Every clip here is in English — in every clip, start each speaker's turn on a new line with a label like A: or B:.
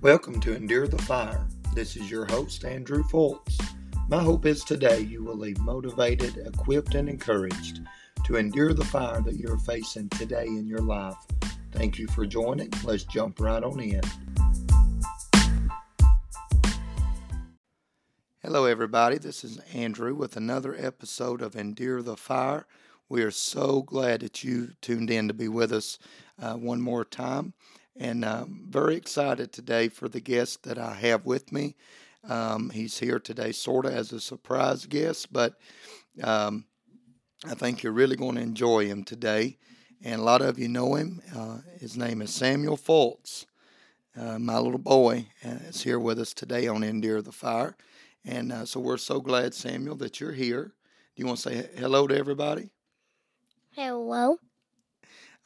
A: Welcome to Endure the Fire. This is your host, Andrew Fultz. My hope is today you will leave motivated, equipped, and encouraged to endure the fire that you're facing today in your life. Thank you for joining. Let's jump right on in. Hello, everybody. This is Andrew with another episode of Endure the Fire. We are so glad that you tuned in to be with us uh, one more time. And I'm very excited today for the guest that I have with me. Um, he's here today, sort of as a surprise guest, but um, I think you're really going to enjoy him today. And a lot of you know him. Uh, his name is Samuel Fultz. Uh, my little boy uh, is here with us today on Endure the Fire. And uh, so we're so glad, Samuel, that you're here. Do you want to say he- hello to everybody?
B: Hello.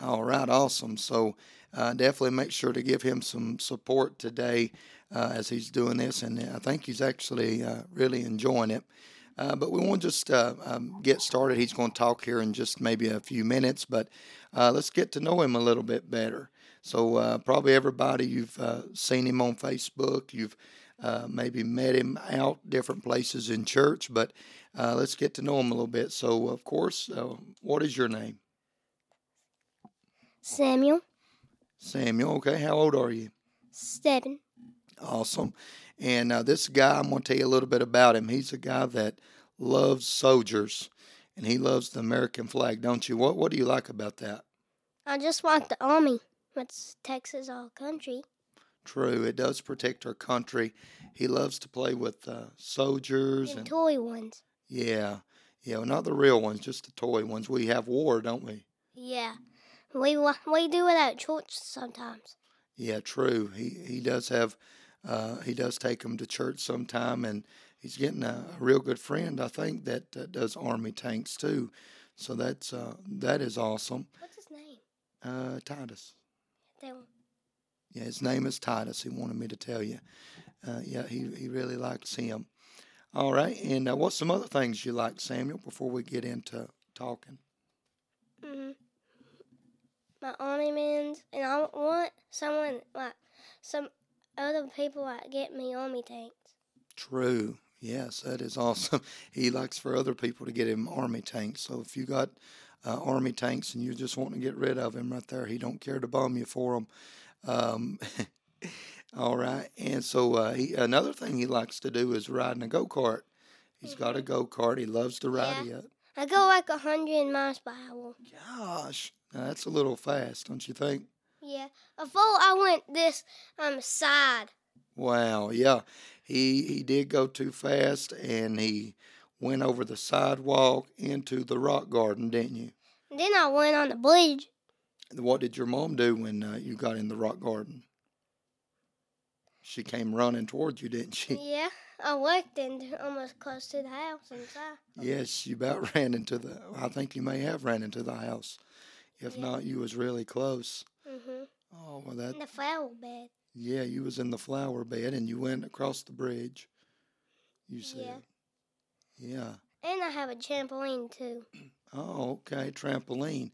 A: All right, awesome. So uh, definitely make sure to give him some support today uh, as he's doing this, and I think he's actually uh, really enjoying it. Uh, but we want to just uh, um, get started. He's going to talk here in just maybe a few minutes, but uh, let's get to know him a little bit better. So uh, probably everybody you've uh, seen him on Facebook, you've uh, maybe met him out different places in church, but uh, let's get to know him a little bit. So of course, uh, what is your name?
B: Samuel.
A: Samuel, okay, how old are you?
B: Seven.
A: Awesome. And uh, this guy, I'm going to tell you a little bit about him. He's a guy that loves soldiers and he loves the American flag, don't you? What, what do you like about that?
B: I just want the army. That's Texas our country.
A: True, it does protect our country. He loves to play with uh, soldiers
B: And
A: and
B: toy ones.
A: yeah, yeah, well, not the real ones, just the toy ones. We have war, don't we?
B: Yeah. We wa- we do it at church sometimes.
A: Yeah, true. He he does have uh, he does take him to church sometime, and he's getting a, a real good friend. I think that uh, does army tanks too, so that's uh, that is awesome.
B: What's his name?
A: Uh, Titus,
B: That one.
A: yeah, his name is Titus. He wanted me to tell you. Uh, yeah, he he really likes him. All right, and uh, what's some other things you like, Samuel? Before we get into talking,
B: Mhm. My army man's and I want someone like some other people like get me army tanks.
A: true. Yes, that is awesome. He likes for other people to get him army tanks. So if you got uh, army tanks and you just want to get rid of him right there. He don't care to bum you for him. Um, all right. And so uh, he, another thing he likes to do is riding a go kart. He's got a go kart. He loves to ride it.
B: I go like a hundred miles per hour.
A: Gosh, now that's a little fast, don't you think?
B: Yeah. Before I went this um side.
A: Wow. Yeah. He he did go too fast, and he went over the sidewalk into the rock garden, didn't you?
B: Then I went on the bridge.
A: What did your mom do when uh, you got in the rock garden? She came running towards you, didn't she?
B: Yeah, I worked in almost close to the house inside.
A: Yes, you about ran into the. I think you may have ran into the house. If
B: Yeah.
A: not, you was really close.
B: hmm
A: Oh well, that
B: In the flower bed.
A: yeah, you was in the flower bed and you went across the bridge. You said,
B: Yeah.
A: yeah.
B: And I have a trampoline too.
A: Oh, okay, trampoline.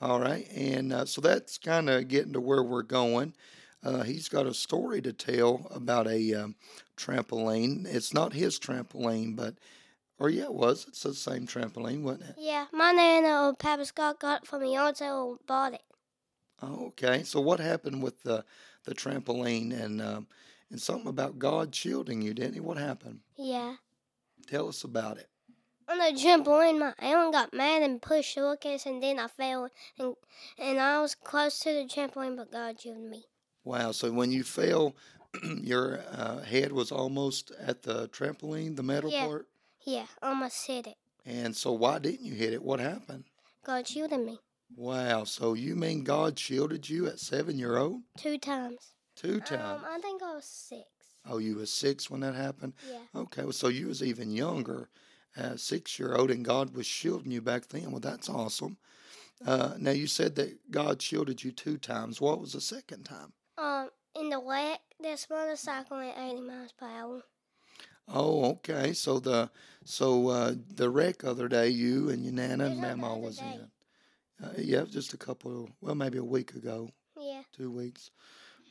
A: All right, and uh, so that's kind of getting to where we're going. Uh, he's got a story to tell about a um, trampoline. It's not his trampoline, but or yeah, it was. It's the same trampoline, wasn't it?
B: Yeah, my nana or Papa Scott got it from the yard sale and bought it.
A: Oh, okay. So what happened with the the trampoline and um, and something about God shielding you, didn't he? What happened?
B: Yeah.
A: Tell us about it.
B: On the trampoline, my aunt got mad and pushed the bookcase, and then I fell, and and I was close to the trampoline, but God shielded me.
A: Wow. So when you fell, your uh, head was almost at the trampoline, the metal
B: Yeah.
A: part.
B: Yeah, almost hit it.
A: And so why didn't you hit it? What happened?
B: God shielded me
A: Wow. So you mean God shielded you at seven year old?
B: two times.
A: Two
B: Um,
A: times.
B: I think I was six.
A: oh, you was six when that happened?
B: Yeah.
A: Okay. Well, so you was even younger, uh, six year old, and God was shielding you back then. Well, that's awesome. Uh, now you said that God shielded you two times. What was the second time?
B: Um, in the wreck, this motorcycle went 80 miles per hour.
A: Oh, okay. So the so uh, the wreck other day, you and your nana
B: It
A: and
B: was not the
A: mama
B: other
A: was
B: day.
A: in. Uh, yeah, just a couple. Well, maybe a week ago,
B: Yeah,
A: two weeks,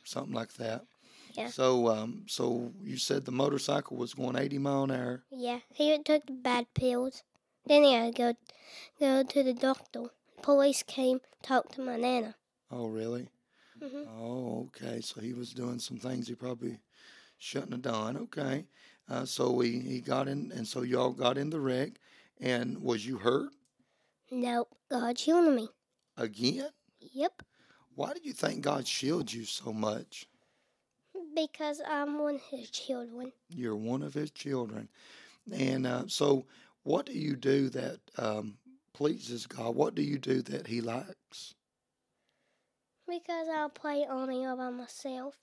A: something like that.
B: Yeah.
A: So, um, so you said the motorcycle was going 80 mile an hour.
B: Yeah, he took the bad pills. Then he had to go, go to the doctor. Police came, talked to my nana.
A: Oh, really?
B: hmm
A: Oh, okay. So he was doing some things he probably shouldn't have done. Okay. Uh, so we he got in, and so y'all got in the wreck. And was you hurt
B: Nope, God healed me.
A: again?
B: Yep,
A: Why do you think God shields you so much?
B: because I'm one of his children.
A: You're one of His children, and uh, so what do you do that um, pleases God? What do you do that He likes?
B: Because I'll play only all by myself,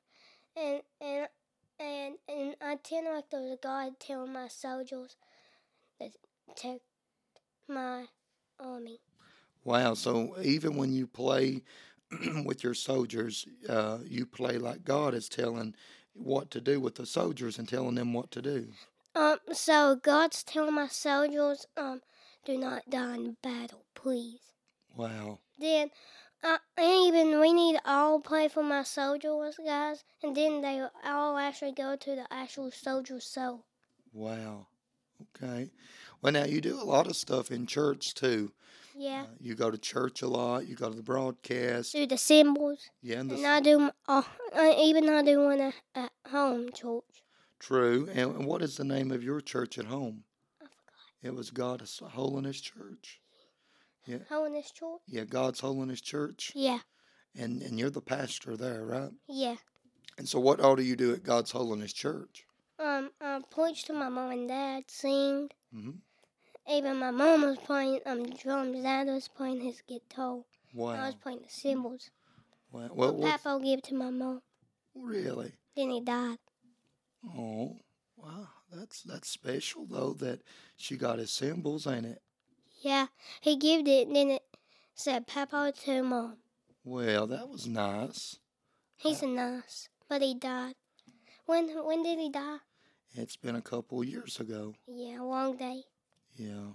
B: and and and and I tend like those God telling my soldiers to protect my army.
A: Wow. So even when you play with your soldiers, uh, you play like God is telling what to do with the soldiers and telling them what to do.
B: Um, so God's telling my soldiers, um, do not die in battle, please.
A: Wow.
B: Then, uh, and even we need to all play for my soldiers, guys. And then they will all actually go to the actual soldier soul.
A: Wow. Okay. Well, now you do a lot of stuff in church too.
B: Yeah.
A: Uh, you go to church a lot. You go to the broadcast.
B: Do the symbols.
A: Yeah, and
B: And
A: the
B: I do, m- uh, I- even I do one at, at home church.
A: true. And and what is the name of your church at home?
B: I forgot.
A: It was God's Holiness Church.
B: Holiness church?
A: Yeah, God's Holiness Church.
B: Yeah.
A: And and you're the pastor there, right?
B: Yeah.
A: And so, what all do you do at God's Holiness Church?
B: Um, I preach to my mom and dad, sing.
A: hmm
B: Even my mom was playing um drums, dad was playing his guitar. I
A: Wow.
B: was playing the cymbals.
A: Wow. Well, what,
B: Papa gave it to my mom.
A: really?
B: Then he died.
A: Oh, wow. That's that's special though that she got his symbols, ain't it?
B: Yeah, he gave it, and then it said Papa to Mom.
A: Well, that was nice.
B: He's a nice, but he died. When when did he die?
A: It's been a couple years ago.
B: Yeah, a long day.
A: Yeah.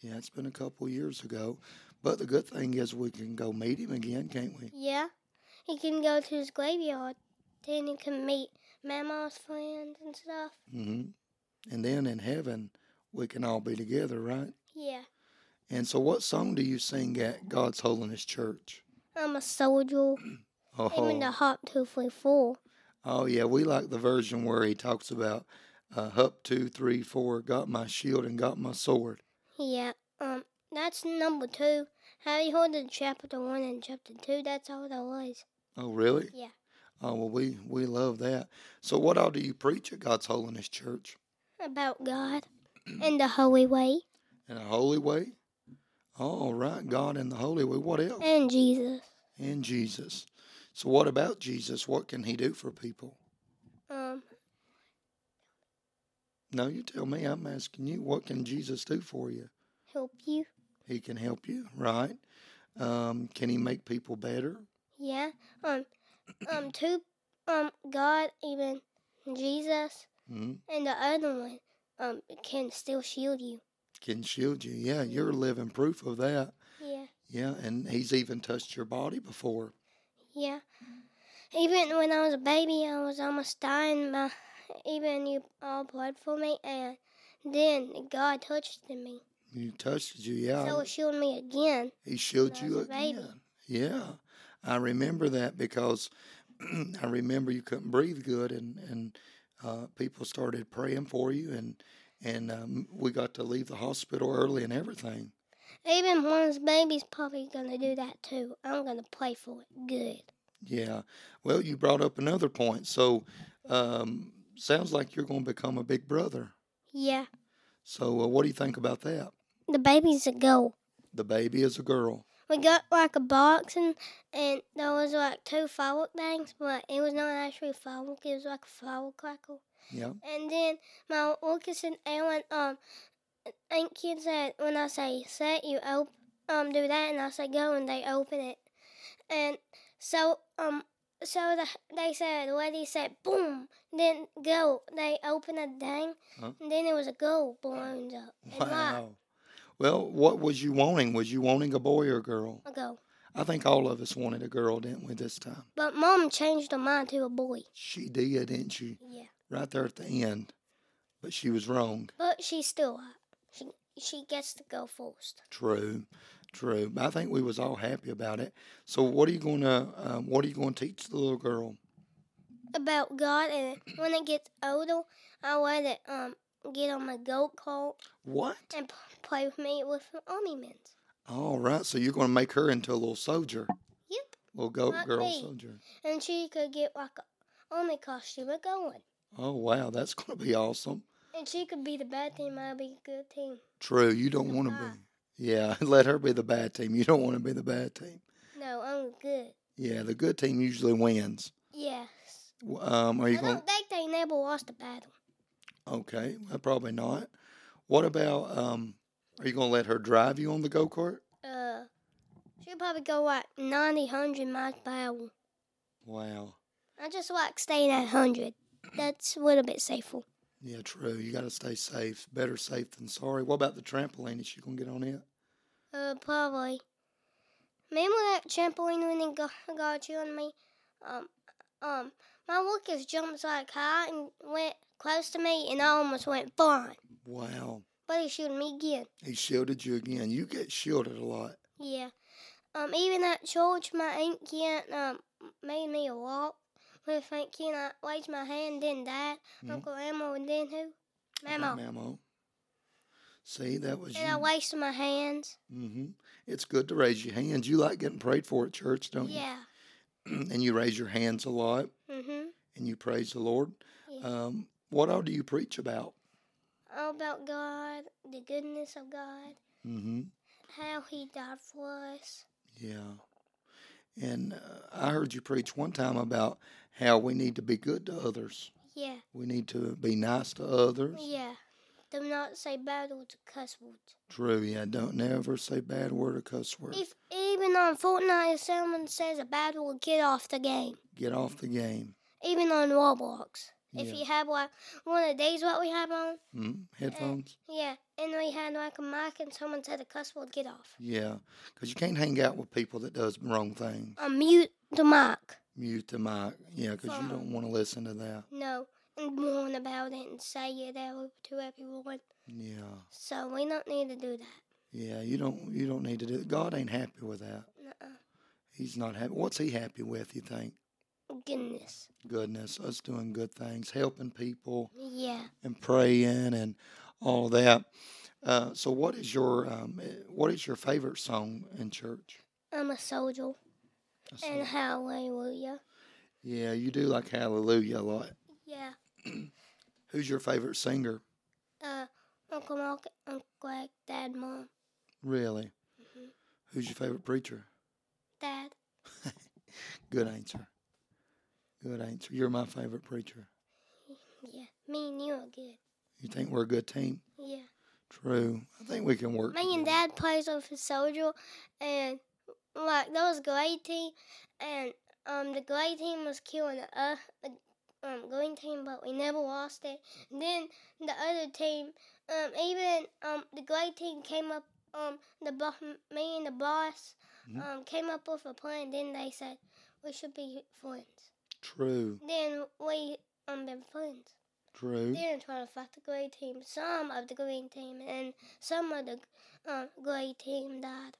A: Yeah, it's been a couple years ago. But the good thing is we can go meet him again, can't we?
B: Yeah, he can go to his graveyard. Then he can meet Mama's friends and stuff.
A: hmm And then in heaven, we can all be together, right?
B: Yeah,
A: And so, what song do you sing at God's Holiness Church?
B: I'm a soldier.
A: Oh,
B: Even the hop two three four.
A: Oh yeah, we like the version where he talks about uh, up two, three, four, got my shield and got my sword.
B: Yeah, um, that's number two. How you hold in chapter one and chapter two? That's all there was.
A: Oh really?
B: Yeah.
A: Oh well, we we love that. So what all do you preach at God's Holiness Church
B: about God and the Holy Way
A: in a holy way? All right, God and the holy way. What else?
B: and Jesus.
A: And Jesus. So what about Jesus? What can he do for people?
B: Um,
A: No, you tell me. I'm asking you. What can Jesus do for you?
B: help you.
A: He can help you, right? Um, can he make people better?
B: Yeah. Um, um, two. Um, God, even Jesus,
A: hmm
B: and the other one, um, can still shield you.
A: Can shield you. Yeah, you're living proof of that.
B: Yeah.
A: Yeah, and he's even touched your body before.
B: Yeah. Even when I was a baby, I was almost dying. My, even you all prayed for me, and then God touched me,
A: He touched you, yeah.
B: so it shielded me again.
A: he shielded
B: when I
A: you
B: was a baby.
A: again. Yeah, I remember that because I remember you couldn't breathe good, and and uh, people started praying for you, and and um, we got to leave the hospital early and everything.
B: Even one's baby's probably gonna do that too. I'm gonna play for it good.
A: Yeah. Well, you brought up another point. So, um, sounds like you're going to become a big brother.
B: Yeah.
A: So, uh, what do you think about that?
B: The baby's a goal.
A: The baby is a girl.
B: We got like a box and, and there was like two firework things, but it was not actually firework. It was like a firework crackle.
A: Yeah.
B: And then my Lucas and Alan um and kids said when I say set you op um do that and I say go and they open it, and so um so the, they said lady said boom then go they open a thing
A: Huh?
B: and then it was a go balloons up and like
A: Wow. Well, what was you wanting? Was you wanting a boy or a girl?
B: a go
A: I think all of us wanted a girl, didn't we, this time?
B: But mom changed her mind to a boy.
A: She did, didn't she?
B: Yeah.
A: Right there at the end. But she was wrong.
B: But she's still hot. She she gets to go first.
A: True, true. But I think we was all happy about it. So what are you gonna um, what are you gonna teach the little girl?
B: About God and when it gets older, I let it um get on my goat cart
A: What?
B: and p- play with me with the army men.
A: All right. So you're gonna make her into a little soldier,
B: Yep.
A: little goat
B: Like
A: girl
B: me.
A: soldier.
B: And she could get like a army costume and going.
A: Oh wow, that's gonna be awesome.
B: And she could be the bad team, I'll be a good team.
A: True. You don't want to
B: Right.
A: be. Yeah. Let her be the bad team. You don't want to be the bad team.
B: No, I'm good.
A: Yeah. The good team usually wins.
B: Yes.
A: W- Um, are
B: I
A: you going? to
B: don't think they never lost a battle.
A: Okay, well, probably not. What about um? Are you gonna let her drive you on the go kart?
B: Uh, she'll probably go like 90, 100 miles per hour.
A: Wow.
B: I just like staying at 100. That's a little bit safer.
A: Yeah, true. You gotta stay safe. Better safe than sorry. What about the trampoline? Is she gonna get on it?
B: Uh, probably. Remember that trampoline when it got, got you and me? Um, um, my Lucas jumped like high and went close to me, and I almost went flying.
A: Wow.
B: But he shot me again.
A: He shielded you again. You get shielded a lot.
B: Yeah. Um, even at church, my aunt Kent um, made me a walk with Aunt Kent. I raised my hand, then Dad,
A: Mhm.
B: Uncle Elmo, and then who?
A: Right,
B: Mama.
A: Mammo. See, that was
B: And I
A: you.
B: wasted my hands.
A: Mm-hmm. It's good to raise your hands. You like getting prayed for at church, don't
B: Yeah.
A: you? and you raise your hands a lot,
B: Mm-hmm.
A: and you praise the Lord.
B: Yeah.
A: Um, what all do you preach about?
B: All about God, the goodness of God,
A: Mm-hmm.
B: how He died for us.
A: Yeah. And uh, I heard you preach one time about how we need to be good to others.
B: Yeah.
A: We need to be nice to others.
B: Yeah. Do not say bad words or cuss words.
A: True, yeah. Don't never say bad word or cuss word.
B: If even on Fortnite, if someone says a bad word, get off the game.
A: Get off the game.
B: Even on Roblox. If
A: Yeah.
B: you have like one of these, what we have on,
A: Mm, headphones?
B: Yeah, and we had like a mic, and someone said a cuss word, get off.
A: Yeah. Because you can't hang out with people that does wrong things.
B: I mute the mic.
A: Mute the mic. Yeah, because you
B: Phone.
A: don't want to listen to that.
B: No, and warn about it and say it out to everyone.
A: Yeah.
B: So we don't need to do that.
A: Yeah, you don't you don't need to do it. God ain't happy with that.
B: Nuh-uh.
A: He's not happy. What's he happy with, you think?
B: Goodness.
A: Goodness, us doing good things, helping people.
B: Yeah.
A: and praying and all that. Uh, so, what is your um, eh, what is your favorite song in church?
B: I'm a soldier.
A: A song-
B: And hallelujah.
A: Yeah, you do like Hallelujah a lot.
B: Yeah.
A: Who's your favorite singer?
B: Uh, Uncle Mark, Uncle Greg, Dad, Mom,
A: Really?
B: Mhm.
A: Who's your favorite preacher?
B: Dad.
A: Good answer. Good answer. You're my favorite preacher.
B: Yeah. Me and you are good.
A: You think we're a good team?
B: Yeah.
A: True. I think we can work.
B: Me and
A: together.
B: Dad plays with his soldier, and like that was great team, and um the gray team was killing the uh, the, um green team, but we never lost it. then the other team, um even um the gray team came up um the bo- me and the boss
A: Mhm.
B: um came up with a plan. Then they said we should be friends.
A: True.
B: Then we um been friends.
A: True.
B: They didn't try to fight the gray team. Some of the green team and some of the um, gray team died.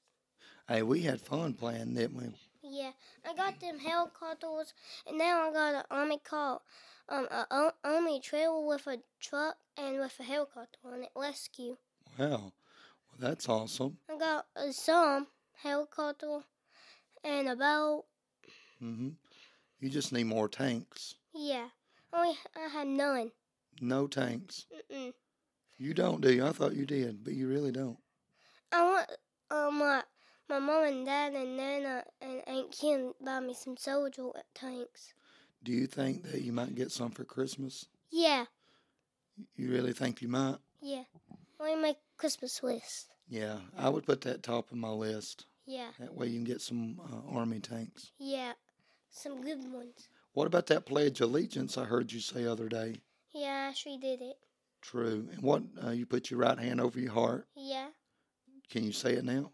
A: Hey, we had fun playing, didn't we?
B: Yeah, I got them helicopters, and now I got an army car, um, an army trailer with a truck and with a helicopter on it, rescue.
A: Wow. Well, that's awesome.
B: I got uh, some helicopter and a boat.
A: hmm You just need more tanks.
B: Yeah, only I had none.
A: No tanks.
B: Mm-mm.
A: You don't, do you? I thought you did, but you really don't.
B: I want um my my mom and dad and Nana and Aunt Kim buy me some soldier tanks.
A: Do you think that you might get some for Christmas?
B: Yeah.
A: You really think you might?
B: Yeah. Let me make Christmas list.
A: Yeah, I would put that top of my list.
B: Yeah,
A: That way you can get some uh, army tanks.
B: yeah. Some good ones.
A: What about that Pledge of Allegiance I heard you say other day?
B: Yeah, she did it.
A: True. And what, uh, you put your right hand over your heart.
B: Yeah,
A: Can you say it now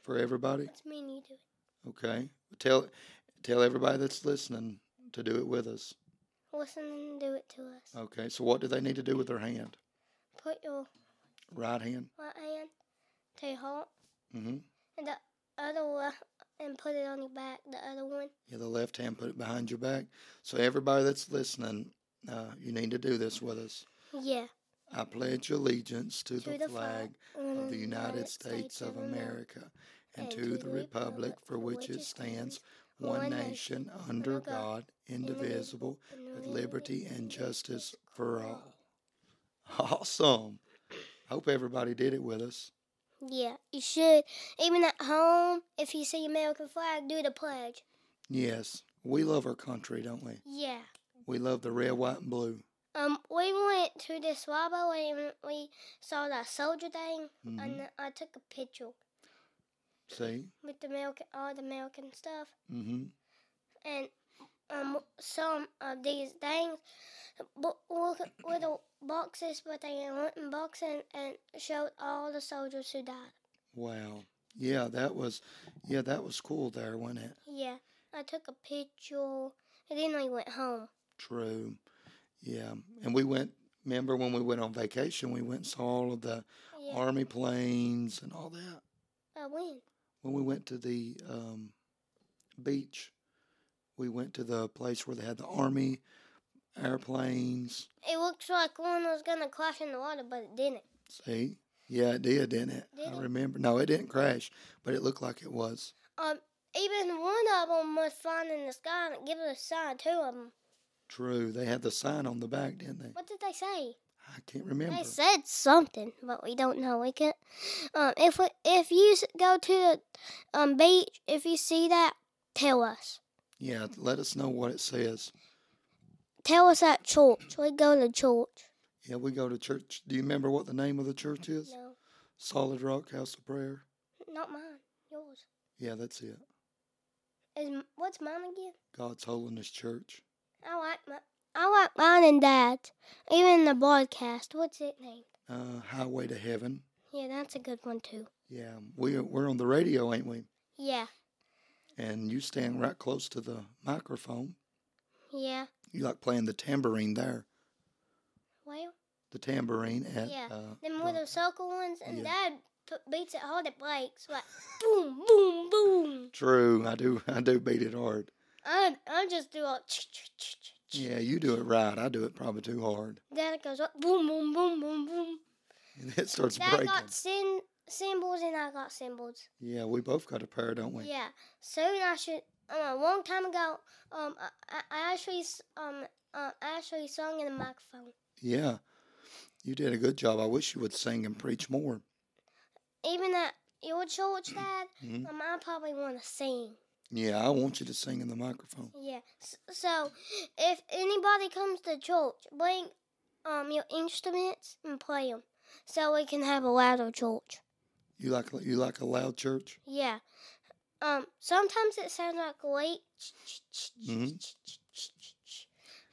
A: for everybody?
B: that's me and you do it.
A: Okay. Tell tell everybody that's listening to do it with us.
B: Listen and do it to us.
A: Okay. So what do they need to do with their hand?
B: Put your
A: Right hand.
B: right hand to your heart
A: Mm-hmm.
B: and the other one and put it on your back. The other one.
A: Yeah, the left hand put it behind your back. So everybody that's listening, uh, you need to do this with us.
B: Yeah.
A: I pledge allegiance to,
B: To
A: the,
B: the
A: flag of the United States of America and to the republic for which it stands, one nation under God, indivisible, with liberty and justice for all. Awesome. Hope everybody did it with us.
B: Yeah, you should. Even at home, if you see American flag, do the pledge.
A: Yes, we love our country, don't we?
B: Yeah.
A: We love the red, white, and blue.
B: Um, we went to this Wabo and we saw the soldier thing,
A: Mhm.
B: and I took a picture
A: See?
B: with the American, all the American stuff,
A: hmm
B: and um, some of these things, but look at little boxes, but they weren't in boxes, and showed all the soldiers who died.
A: Wow. Yeah, that was, yeah, that was cool there, wasn't it?
B: Yeah, I took a picture, and then we went home.
A: True. Yeah, and we went. Remember when we went on vacation? We went and saw all of the
B: Yeah,
A: army planes and all that.
B: I win.
A: When we went to the um, beach, we went to the place where they had the army airplanes.
B: It looks like one was gonna crash in the water, but it didn't.
A: See, yeah, it did, didn't it?
B: Did
A: I
B: it?
A: remember. No, it didn't crash, but it looked like it was.
B: Um, even one of them was flying in the sky and it gave us a sign, two of them.
A: True. They had the sign on the back, didn't they?
B: What did they say?
A: I can't remember.
B: They said something, but we don't know. We can't. Um, if we, if you s- go to the um beach, if you see that, tell us.
A: Yeah, let us know what it says.
B: Tell us at church. We go to church.
A: Yeah, we go to church. Do you remember what the name of the church is?
B: No,
A: Solid Rock House of Prayer.
B: not mine. Yours.
A: Yeah, that's it.
B: Is m- what's mine again?
A: God's Holiness Church.
B: I like my. I like mine and Dad's. Even in the broadcast. What's it named?
A: Uh, Highway to Heaven.
B: Yeah, that's a good one too.
A: Yeah, we, we're on the radio, ain't we?
B: Yeah,
A: And you stand right close to the microphone.
B: yeah.
A: You like playing the tambourine there.
B: Well,
A: The tambourine at.
B: Yeah,
A: Uh,
B: them
A: the-
B: little circle ones, and
A: yeah.
B: Dad put, beats it hard. It breaks like boom, boom, boom.
A: True, I do. I do beat it hard.
B: I I just do all. Ch- ch- ch- ch- ch.
A: Yeah, you do it right. I do it probably too hard,
B: Dad goes like, boom, boom, boom, boom, boom.
A: and it starts
B: Dad
A: breaking.
B: got sin symbols, and I got symbols.
A: Yeah, we both got a pair, don't we?
B: Yeah. Soon I should. Um, a long time ago, um, I, I- I actually s- um uh, I actually sung in the microphone.
A: Yeah, you did a good job. I wish you would sing and preach more.
B: Even at your church, Dad,
A: Mhm.
B: um, I probably want to sing.
A: Yeah, I want you to sing in the microphone.
B: Yeah. s- So, if anybody comes to church, bring um your instruments and play them, so we can have a louder church.
A: You like you like a loud church.
B: Yeah. Um. Sometimes it sounds like late.
A: Mhm.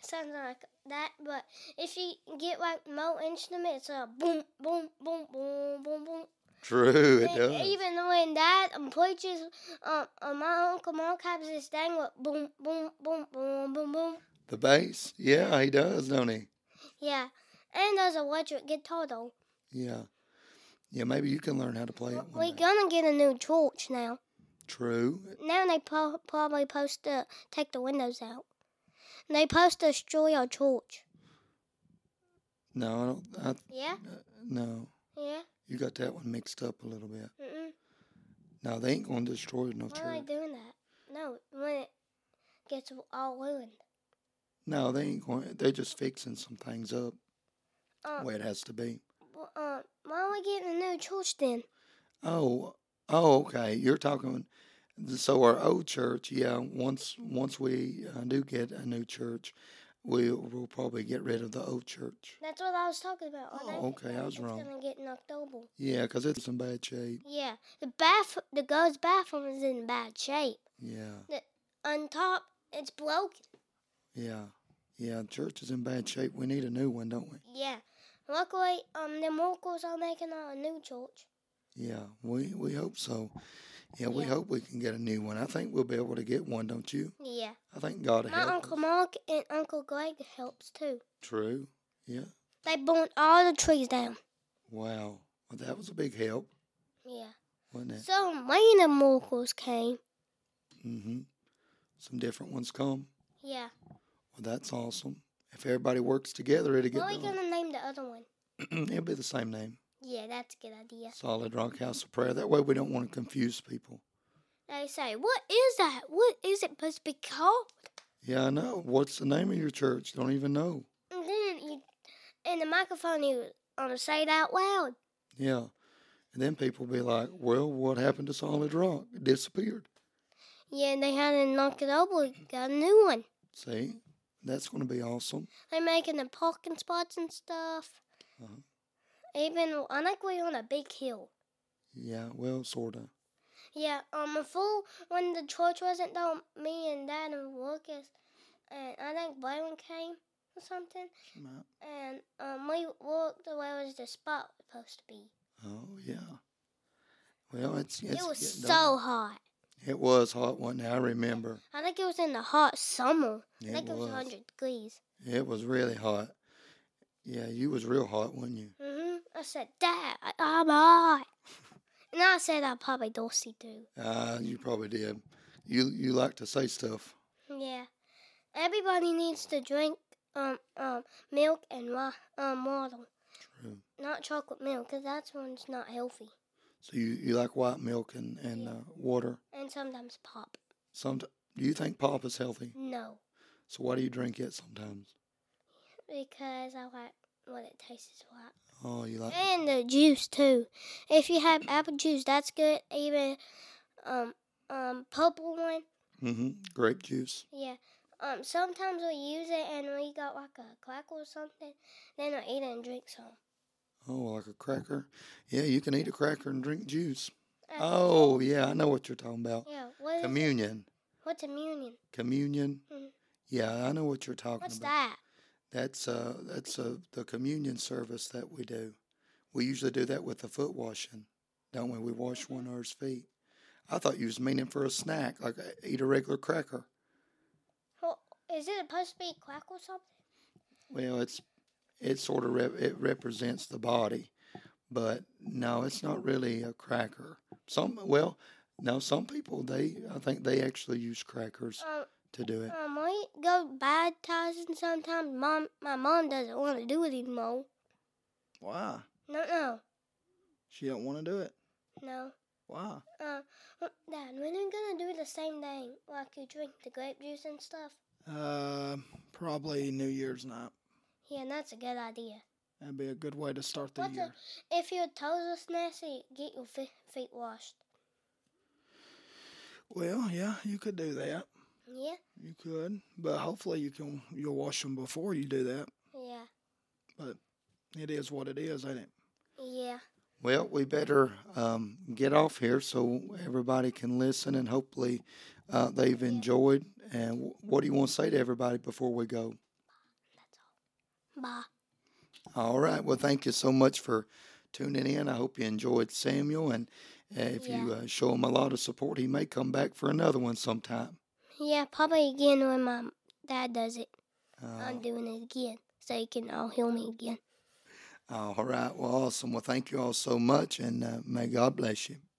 B: Sounds like that, but if you get like more instruments, uh, boom, boom, boom, boom, boom, boom.
A: True, it
B: E-
A: does.
B: Even when Dad um, preaches, um, uh, my uncle Mark has this thing with boom, boom, boom, boom, boom, boom.
A: the bass, yeah, he does, don't he?
B: Yeah, and there's an electric guitar though.
A: Yeah, yeah. Maybe you can learn how to play it. One
B: We're
A: day.
B: gonna get a new torch now.
A: True.
B: Now they pro- probably supposed to take the windows out. And they supposed to destroy our torch.
A: No, I don't.
B: Yeah,
A: I, no,
B: yeah.
A: you got that one mixed up a little bit.
B: Mm-mm.
A: No, they ain't gonna destroy no
B: Why are they
A: church.
B: doing that? No, when it gets all ruined.
A: No, they ain't going. They're just fixing some things up the
B: Um,
A: way it has to be.
B: w- um, why are we getting a new torch then?
A: Oh, oh, okay. You're talking. So our old church, yeah. Once once we uh, do get a new church, we will probably get rid of the old church.
B: That's what I was talking about.
A: Oh,
B: They-
A: okay, I was
B: it's
A: wrong.
B: gonna get in October.
A: Yeah, 'cause it's in bad shape.
B: Yeah, the bath, the girls' bathroom is in bad shape.
A: Yeah,
B: On top, it's broken.
A: yeah, yeah. Church is in bad shape. We need a new one, don't we?
B: Yeah. Luckily, um, the locals are making a new church.
A: Yeah, we we hope so. Yeah, we
B: Yeah.
A: hope we can get a new one. I think we'll be able to get one, don't you?
B: Yeah.
A: I think God
B: My
A: help.
B: Uncle Mark and Uncle Greg helps too.
A: True. Yeah.
B: They burned all the trees down.
A: Wow. Well, that was a big help,
B: Yeah.
A: wasn't it?
B: So many miracles came.
A: Mm-hmm. Some different ones come.
B: Yeah.
A: Well, that's awesome. If everybody works together, it'll get
B: What are we
A: done.
B: gonna name the other one?
A: it'll be the same name.
B: Yeah, that's a good idea.
A: Solid Rock House of Prayer. That way we don't want to confuse people.
B: They say, What is that? What is it supposed to be called?
A: Yeah, I know. What's the name of your church? Don't even know.
B: And then you in the microphone you um say it out loud.
A: Yeah. And then people be like, well, what happened to Solid Rock? It disappeared.
B: Yeah, and they had to knock it over, got a new one.
A: See? That's going to be awesome.
B: They're making the parking spots and stuff.
A: Uh-huh.
B: Even I think we're on a big hill.
A: Yeah, well, sort of.
B: Yeah, um, before when the church wasn't there, me and Dad and Lucas, and I think Byron came or something, and um, we walked the way was the spot was supposed to be.
A: Oh, yeah. Well, it's, it's
B: it was
A: getting
B: so
A: dark.
B: hot.
A: It was hot one day. I remember.
B: I think it was in the hot summer. I
A: It
B: think it was
A: was.
B: 100 degrees.
A: It was really hot. Yeah, you was real hot, wasn't you?
B: hmm I said, Dad, I- I'm hot. and I said, I probably Dorsey too.
A: Uh, you probably did. You you like to say stuff.
B: Yeah. Everybody needs to drink um um milk and wa- um water.
A: True.
B: Not chocolate milk, 'cause that's one's not healthy.
A: So you, you like white milk and and uh, water.
B: and sometimes pop.
A: Some do you think pop is healthy?
B: No,
A: So why do you drink it sometimes?
B: because I like what it tastes like.
A: Oh, you like
B: And the juice too. If you have apple juice, that's good. Even um um purple one,
A: hmm grape juice.
B: yeah. Um, sometimes we use it and we got like a crackle or something. Then I eat it and drink some.
A: Oh, like a cracker. Yeah, you can eat a cracker and drink juice.
B: Uh,
A: Oh, yeah, I know what you're talking about.
B: yeah. What is it?
A: Communion.
B: What's communion?
A: Communion.
B: Mhm.
A: Yeah, I know what you're talking
B: What's
A: about.
B: that?
A: That's uh that's uh the communion service that we do. We usually do that with the foot washing, don't we? We wash one another's feet. I thought you was meaning for a snack, like uh, eat a regular cracker.
B: Well, is it supposed to be crackle or something?
A: Well, it's it sort of rep- it represents the body, but no, it's not really a cracker. Some well, no, some people they I think they actually use crackers
B: Um,
A: to do it.
B: Um, we go baptizing sometimes. Mom, my mom doesn't want to do it anymore.
C: Why?
B: No, no,
C: She don't want to do it.
B: no.
C: Why?
B: Uh, w- Dad, we're not gonna do the same thing, like you drink the grape juice and stuff.
C: Uh, probably New Year's night.
B: Yeah, that's a good idea.
C: That'd be a good way to start the
B: What's
C: year.
B: a, if your toes are nasty, get your fe- feet washed.
C: Well, yeah, you could do that.
B: Yeah,
C: You could, but hopefully you can. You'll wash them before you do that.
B: yeah,
C: It is what it is, ain't it?
B: yeah.
A: Well, we better um, get off here so everybody can listen and hopefully uh, they've enjoyed. And w- what do you want to say to everybody before we go?
B: Bye.
A: All right. Well, thank you so much for tuning in. I hope you enjoyed Samuel. And uh, if you uh, show him a lot of support, he may come back for another one sometime.
B: Yeah, probably again when my dad does it.
A: Uh,
B: I'm doing it again, so you can all hear me again.
A: all right. Well, awesome. Well, thank you all so much. And uh, may God bless you.